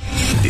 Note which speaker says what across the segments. Speaker 1: The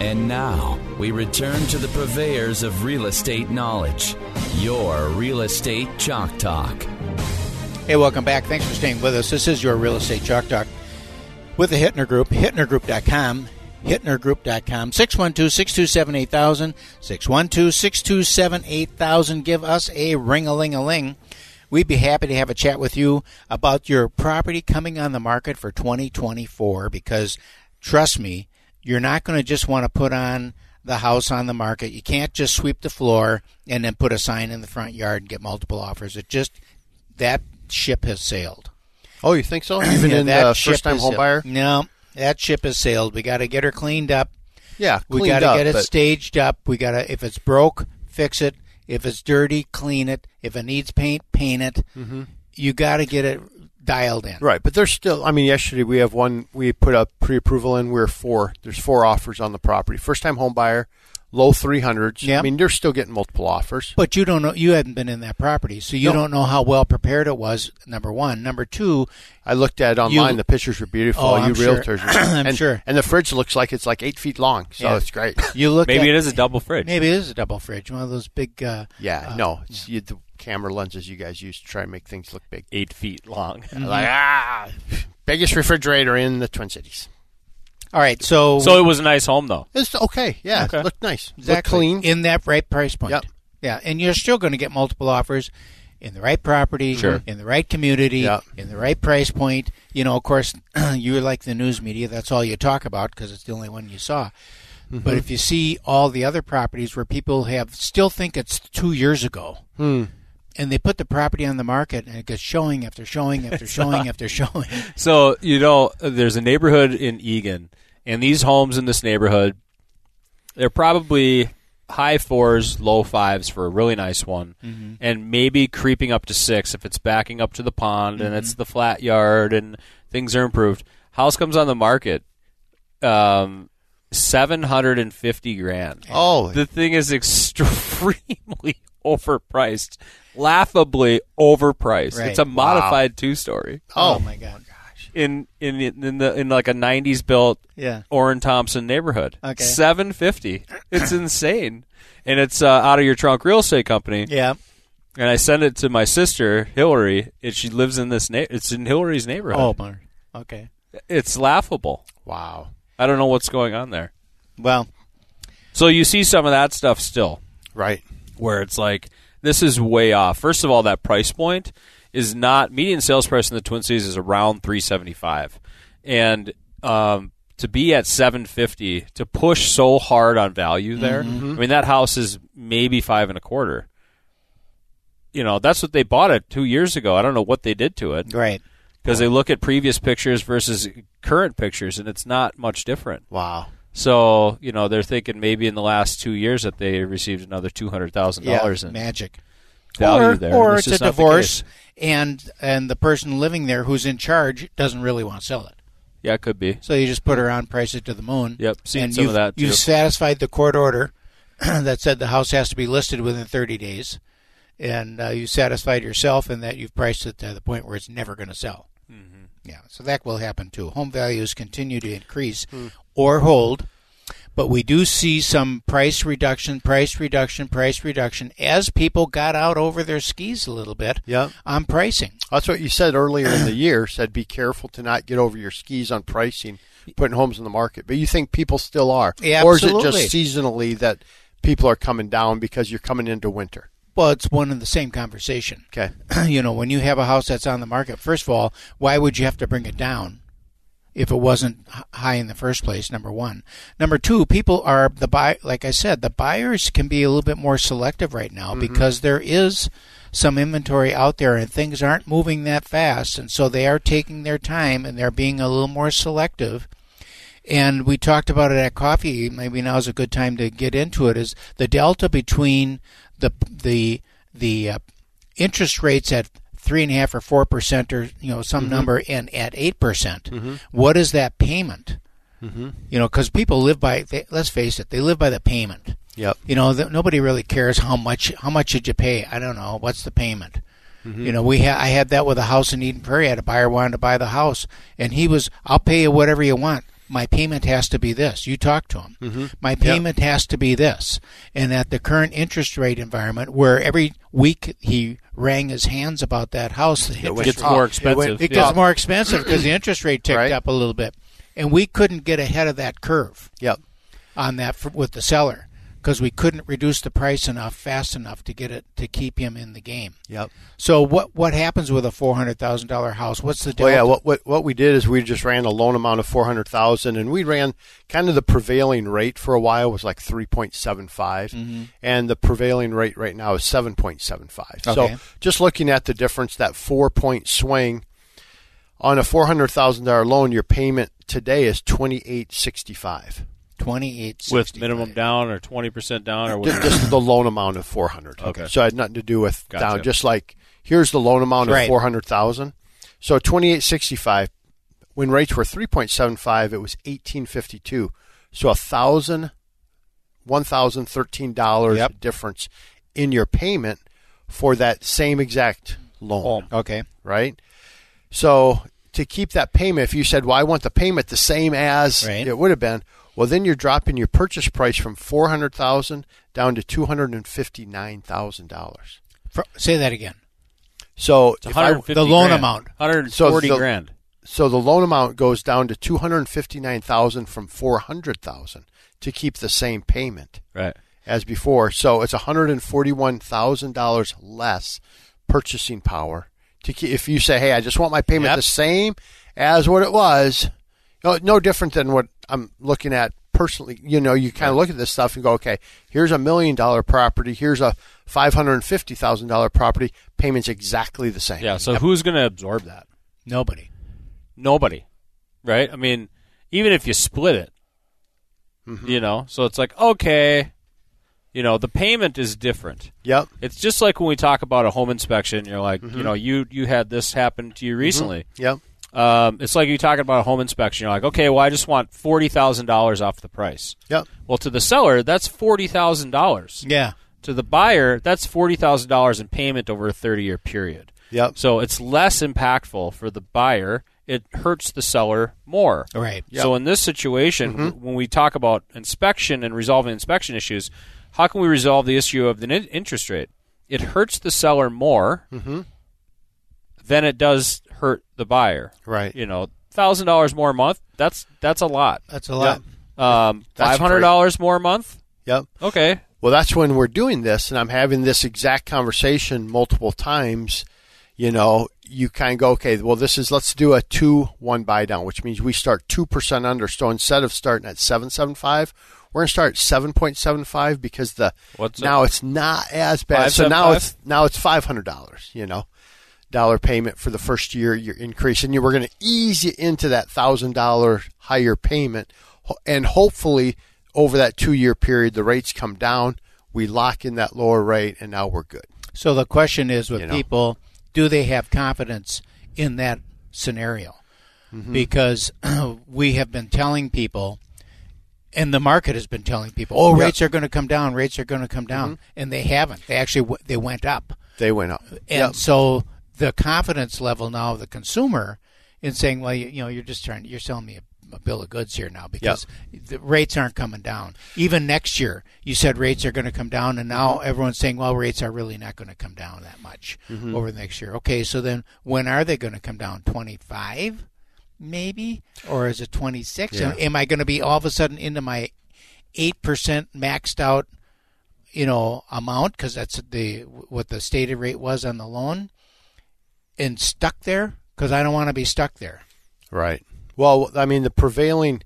Speaker 2: And now we return to the purveyors of real estate knowledge, your real estate chalk talk.
Speaker 3: Hey, welcome back. Thanks for staying with us. This is your Real Estate Chalk Talk with the Hittner Group, hittnergroup.com, hittnergroup.com, 612-627-8000, 612-627-8000. Give us a ring-a-ling-a-ling. We'd be happy to have a chat with you about your property coming on the market for 2024 because, trust me, you're not going to just want to put on the house on the market. You can't just sweep the floor and then put a sign in the front yard and get multiple offers. It just that ship has sailed.
Speaker 4: Oh, you think so? Even
Speaker 3: Yeah,
Speaker 4: in
Speaker 3: that
Speaker 4: uh,
Speaker 3: ship
Speaker 4: first-time
Speaker 3: has
Speaker 4: home
Speaker 3: sailed.
Speaker 4: buyer?
Speaker 3: No, that ship has sailed. We got to get her cleaned up.
Speaker 4: Yeah,
Speaker 3: we
Speaker 4: cleaned
Speaker 3: got to
Speaker 4: up,
Speaker 3: get it
Speaker 4: but-
Speaker 3: staged up. We got to if it's broke, fix it. If it's dirty, clean it. If it needs paint, paint it. You got to get it dialed in.
Speaker 4: Mm-hmm. Right, but there's still. I mean, yesterday we have one. We put a pre-approval in. We're four. There's four offers on the property. First-time home buyer, low three hundreds.
Speaker 3: Yeah.
Speaker 4: I mean, they're still getting multiple offers.
Speaker 3: But you don't know. You haven't been in that property, so you
Speaker 4: No.
Speaker 3: don't know how well prepared it was. Number one. Number two.
Speaker 4: I looked at it online.
Speaker 3: You-
Speaker 4: the pictures were beautiful.
Speaker 3: Oh,
Speaker 4: All
Speaker 3: I'm
Speaker 4: you
Speaker 3: sure.
Speaker 4: realtors,
Speaker 3: I'm
Speaker 4: and,
Speaker 3: sure.
Speaker 4: And the fridge looks like it's like eight feet long, so
Speaker 3: Yeah.
Speaker 4: it's great.
Speaker 3: You look.
Speaker 5: Maybe
Speaker 3: at,
Speaker 5: it is a double fridge.
Speaker 3: Maybe it is a double fridge. One of those big. Uh,
Speaker 4: Yeah,
Speaker 3: uh,
Speaker 4: no, it's you, the camera lenses you guys use to try and make things look big.
Speaker 5: Eight feet long.
Speaker 3: Mm-hmm.
Speaker 4: Like ah, biggest refrigerator in the Twin Cities.
Speaker 3: All right. So.
Speaker 5: So it was a nice home, though.
Speaker 4: It's okay. Yeah,
Speaker 5: Okay.
Speaker 4: it looked nice. Looked
Speaker 3: exactly
Speaker 4: clean.
Speaker 3: in that right price point.
Speaker 4: Yep.
Speaker 3: Yeah, and you're still going to get multiple offers in the right property,
Speaker 5: Sure.
Speaker 3: in the right community,
Speaker 4: Yep.
Speaker 3: in the right price point. You know, of course, you're like the news media; that's all you talk about because it's the only one you saw.
Speaker 4: Mm-hmm.
Speaker 3: But if you see all the other properties where people have still think it's two years ago,
Speaker 4: Hmm.
Speaker 3: and they put the property on the market and it gets showing after showing after showing after showing,
Speaker 5: So you know, there's a neighborhood in Egan, and these homes in this neighborhood, they're probably high fours, low fives for a really nice one, and maybe creeping up to six if it's backing up to the pond and it's the flat yard and things are improved. House comes on the market, um, seven hundred and fifty grand.
Speaker 4: Oh,
Speaker 5: The thing is extremely overpriced, laughably overpriced.
Speaker 3: Right.
Speaker 5: It's a modified two-story
Speaker 3: oh, my god,
Speaker 5: in in in the in like a '90s built
Speaker 3: yeah,
Speaker 5: Orrin Thompson neighborhood.
Speaker 3: Okay.
Speaker 5: seven fifty. It's insane, and it's uh, out of your trunk real estate company.
Speaker 3: yeah.
Speaker 5: And I sent it to my sister Hillary, and she lives in this. Na- it's in Hillary's
Speaker 3: Oh,
Speaker 5: neighborhood.
Speaker 3: my. okay.
Speaker 5: It's laughable.
Speaker 4: wow.
Speaker 5: I don't know what's going on there.
Speaker 3: Well,
Speaker 5: So you see some of that stuff still,
Speaker 4: Right.
Speaker 5: where it's like this is way off. First of all, that price point is not median sales price in the Twin Cities is around three seventy five, and um, to be at seven fifty to push so hard on value there, I mean that house is maybe five and a quarter. You know that's what they bought it two years ago. I don't know what they did to it
Speaker 3: right.
Speaker 5: because they look at previous pictures versus current pictures, and it's not much different.
Speaker 4: Wow.
Speaker 5: So you know they're thinking maybe in the last two years that they received another two hundred thousand dollars in
Speaker 3: magic.
Speaker 5: value
Speaker 3: or,
Speaker 5: there.
Speaker 3: Or
Speaker 5: and
Speaker 3: it's,
Speaker 5: just
Speaker 3: a
Speaker 5: not the
Speaker 3: divorce,
Speaker 5: case.
Speaker 3: and and the person living there who's in charge doesn't really want to sell it.
Speaker 5: Yeah, it could be.
Speaker 3: So you just put her on, price it to the moon.
Speaker 5: Yep, seen
Speaker 3: and
Speaker 5: some of
Speaker 3: you've,
Speaker 5: that,
Speaker 3: You've
Speaker 5: too.
Speaker 3: satisfied the court order that said the house has to be listed within 30 days, and uh, you satisfied yourself in that you've priced it to the point where it's never going to sell.
Speaker 5: Mm-hmm.
Speaker 3: Yeah, so that will happen too. Home values continue to increase
Speaker 5: Hmm.
Speaker 3: or hold, but we do see some price reduction, price reduction, price reduction as people got out over their skis a little bit
Speaker 4: Yep.
Speaker 3: on pricing.
Speaker 4: That's what you said earlier in the year. Said be careful to not get over your skis on pricing, putting homes in the market. But you think people still are,
Speaker 3: Yeah,
Speaker 4: or is it
Speaker 3: absolutely.
Speaker 4: just seasonally that people are coming down because you're coming into winter?
Speaker 3: Well, it's one and the same conversation.
Speaker 4: Okay,
Speaker 3: you know, when you have a house that's on the market, first of all, why would you have to bring it down if it wasn't h- high in the first place? Number one. Number two, people are the buy. Like I said, the buyers can be a little bit more selective right now because there is some inventory out there and things aren't moving that fast, and so they are taking their time and they're being a little more selective. and we talked about it at coffee. Maybe now is a good time to get into it. Is the delta between the the the uh, interest rates at three and a half or four percent, or you know some number, and at eight percent? What is that payment? You know, because people live by. They, let's face it, they live by the payment.
Speaker 4: Yep.
Speaker 3: You know, th- nobody really cares how much. How much did you pay? I don't know. What's the payment?
Speaker 5: Mm-hmm.
Speaker 3: You know, we ha- I had that with a house in Eden Prairie. I had a buyer wanted to buy the house, and he was, "I'll pay you whatever you want. My payment has to be this." You talk to him.
Speaker 5: Mm-hmm.
Speaker 3: My payment has to be this, and at the current interest rate environment, where every week he wrang his hands about that house, it
Speaker 5: gets more expensive.
Speaker 3: It
Speaker 5: yeah.
Speaker 3: gets more expensive because the interest rate ticked
Speaker 4: Right.
Speaker 3: up a little bit, and we couldn't get ahead of that curve
Speaker 4: Yep.
Speaker 3: on that for, with the seller because we couldn't reduce the price enough fast enough to get it to keep him in the game.
Speaker 4: Yep.
Speaker 3: So what what happens with a four hundred thousand dollar house? What's the delta?
Speaker 4: Well, Oh, yeah. What, what what we did is we just ran a loan amount of four hundred thousand, and we ran kind of the prevailing rate for a while was like three
Speaker 3: Mm-hmm.
Speaker 4: and the prevailing rate right now is seven point seven five.
Speaker 3: Okay.
Speaker 4: So just looking at the difference, that four point swing on a four hundred thousand dollar loan, your payment today is twenty eight sixty five.
Speaker 3: Twenty eight
Speaker 5: with minimum down or twenty percent down or
Speaker 4: Just,
Speaker 5: whatever.
Speaker 4: just the loan amount of four hundred.
Speaker 5: Okay.
Speaker 4: So it had nothing to do with
Speaker 5: Gotcha.
Speaker 4: down. Just like here's the loan amount
Speaker 3: Right.
Speaker 4: of four hundred thousand. So twenty eight sixty five. When rates were three point seven five, it was eighteen fifty two. So a thousand, one thousand thirteen dollars
Speaker 3: Yep.
Speaker 4: difference in your payment for that same exact loan.
Speaker 3: Okay.
Speaker 4: Right. So to keep that payment, if you said, "Well, I want the payment the same as
Speaker 3: Right.
Speaker 4: it would have been," well, then you're dropping your purchase price from four hundred thousand down to two hundred and fifty nine thousand dollars.
Speaker 3: For, say that again.
Speaker 4: So
Speaker 5: It's
Speaker 4: if I-
Speaker 5: 150
Speaker 3: the loan
Speaker 5: grand.
Speaker 3: amount.
Speaker 5: 140
Speaker 4: So the-
Speaker 5: grand.
Speaker 4: so the loan amount goes down to two hundred fifty nine thousand from four hundred thousand to keep the same payment
Speaker 5: Right.
Speaker 4: as before. So it's one hundred and forty one thousand dollars less purchasing power. To keep, if you say, "Hey, I just want my payment
Speaker 5: Yep.
Speaker 4: the same as what it was," no, no different than what I'm looking at personally. You know, you kind of look at this stuff and go, "Okay, here's a million dollar property. Here's a five hundred and fifty thousand dollar property. Payments exactly the same."
Speaker 5: Yeah. So who's going to absorb that?
Speaker 3: Nobody.
Speaker 5: Nobody. Right. I mean, even if you split it,
Speaker 4: Mm-hmm.
Speaker 5: you know. So it's like okay, you know, the payment is different.
Speaker 4: Yep.
Speaker 5: It's just like when we talk about a home inspection. You're like,
Speaker 4: Mm-hmm.
Speaker 5: you know, you you had this happen to you recently.
Speaker 4: Yep.
Speaker 5: Um, it's like you talking about a home inspection. You're like, okay, well, I just want forty thousand dollars off the price.
Speaker 4: Yep.
Speaker 5: Well, to the seller, that's forty thousand dollars.
Speaker 3: Yeah.
Speaker 5: To the buyer, that's forty thousand dollars in payment over a thirty-year period.
Speaker 4: Yep.
Speaker 5: So it's less impactful for the buyer. It hurts the seller more.
Speaker 3: Right.
Speaker 5: So in this situation, w- when we talk about inspection and resolving inspection issues, how can we resolve the issue of the n- interest rate? It hurts the seller more than it does hurt the buyer.
Speaker 4: Right.
Speaker 5: You know, thousand dollars more a month. That's that's a lot.
Speaker 3: That's a lot.
Speaker 5: Um,
Speaker 4: That's
Speaker 5: five hundred dollars more a month.
Speaker 4: Yep.
Speaker 5: Okay.
Speaker 4: Well, that's when we're doing this, and I'm having this exact conversation multiple times. You know, you kind of go, okay, well, this is let's do a two one buy down, which means we start two percent under. So instead of starting at seven seven five, we're gonna start at seven point seven five because the
Speaker 5: What's
Speaker 4: now it's not as bad.
Speaker 5: Five,
Speaker 4: so
Speaker 5: seven,
Speaker 4: now
Speaker 5: five?
Speaker 4: it's now it's five hundred dollars. You know, dollar payment for the first year your increase, and you were going to ease you into that thousand dollar higher payment, ho- and hopefully over that two year period the rates come down. We lock in that lower rate, and now we're good.
Speaker 3: So the question is with
Speaker 4: You know.
Speaker 3: people, do they have confidence in that scenario?
Speaker 4: Mm-hmm.
Speaker 3: Because we have been telling people, and the market has been telling people, oh,
Speaker 4: Yeah. Mm-hmm.
Speaker 3: rates are going to come down, rates are going to come down, and they haven't. They actually w- they went up.
Speaker 4: They went up.
Speaker 3: And so the confidence level now of the consumer in saying, well, you, you know, you're just trying, you're selling me a, a bill of goods here now because the rates aren't coming down. Even next year, you said rates are going to come down, and now everyone's saying, well, rates are really not going to come down that much over the next year. Okay, so then when are they going to come down? 25 maybe? Or is it 26? Am- Am I going to be all of a sudden into my 8% maxed out? you know amount because that's the what the stated rate was on the loan and stuck there because i don't want to be stuck there
Speaker 4: Right. Well, I mean, the prevailing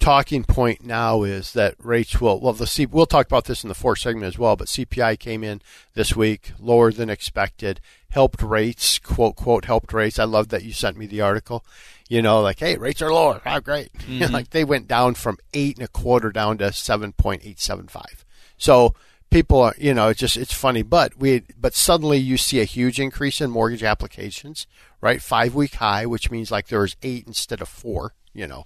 Speaker 4: talking point now is that rates will well the C, we'll talk about this in the fourth segment as well. But CPI came in this week lower than expected, helped rates quote quote helped rates. I love that you sent me the article. You know, like hey, rates are lower, how great! like they went down from eight and a quarter down to seven point eight seven five. So people are you know it's just it's funny but we but suddenly you see a huge increase in mortgage applications right five week high which means like there was eight instead of four you know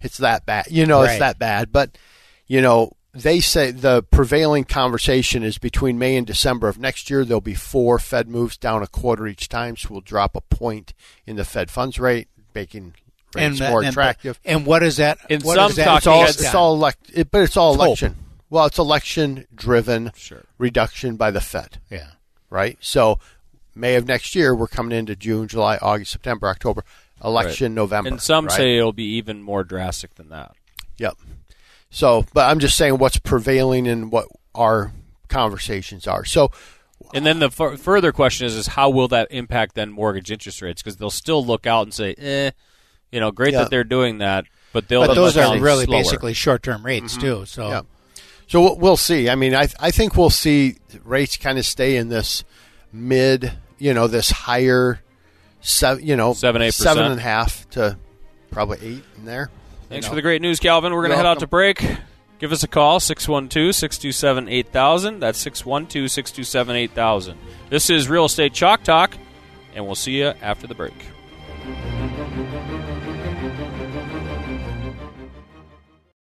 Speaker 4: it's that bad you know
Speaker 3: Right.
Speaker 4: it's that bad but you know they say the prevailing conversation is between may and december of next year there'll be four fed moves down a quarter each time so we'll drop a point in the fed funds rate making rates more attractive
Speaker 3: And, what is that?
Speaker 5: In
Speaker 3: what
Speaker 5: some
Speaker 3: is that
Speaker 5: talking
Speaker 4: it's all,
Speaker 5: heads
Speaker 3: based
Speaker 4: it's
Speaker 3: on?
Speaker 4: all elect, it, but it's all
Speaker 3: hope.
Speaker 4: election. Well, it's election driven
Speaker 5: Sure.
Speaker 4: reduction by the Fed,
Speaker 3: yeah.
Speaker 4: right? So May of next year, we're coming into June, July, August, September, October, election November.
Speaker 5: and some
Speaker 4: right?
Speaker 5: say it'll be even more drastic than that.
Speaker 4: yep. So, but I'm just saying what's prevailing and what our conversations are. So,
Speaker 5: And then the f- further question is, is how will that impact then mortgage interest rates? Because they'll still look out and say, eh, you know, great
Speaker 4: Yeah.
Speaker 5: that they're doing that, but they'll.
Speaker 3: But
Speaker 5: look
Speaker 3: those are
Speaker 5: down
Speaker 3: really
Speaker 5: slower.
Speaker 3: basically short-term
Speaker 4: Mm-hmm.
Speaker 3: rates too. So
Speaker 4: Yeah. So we'll- we'll see. I mean, I I think we'll see rates kind of stay in this mid, you know, this higher, seven, you know,
Speaker 5: Seven, eight percent.
Speaker 4: seven and a half to probably eight in there.
Speaker 5: Thanks
Speaker 4: You
Speaker 5: for
Speaker 4: know.
Speaker 5: the great news, Calvin. We're going to
Speaker 4: You're
Speaker 5: head
Speaker 4: welcome.
Speaker 5: out to break. Give us a call, 612 627 8000. That's 612 627 8000. This is Real Estate Chalk Talk, and we'll see you after the break.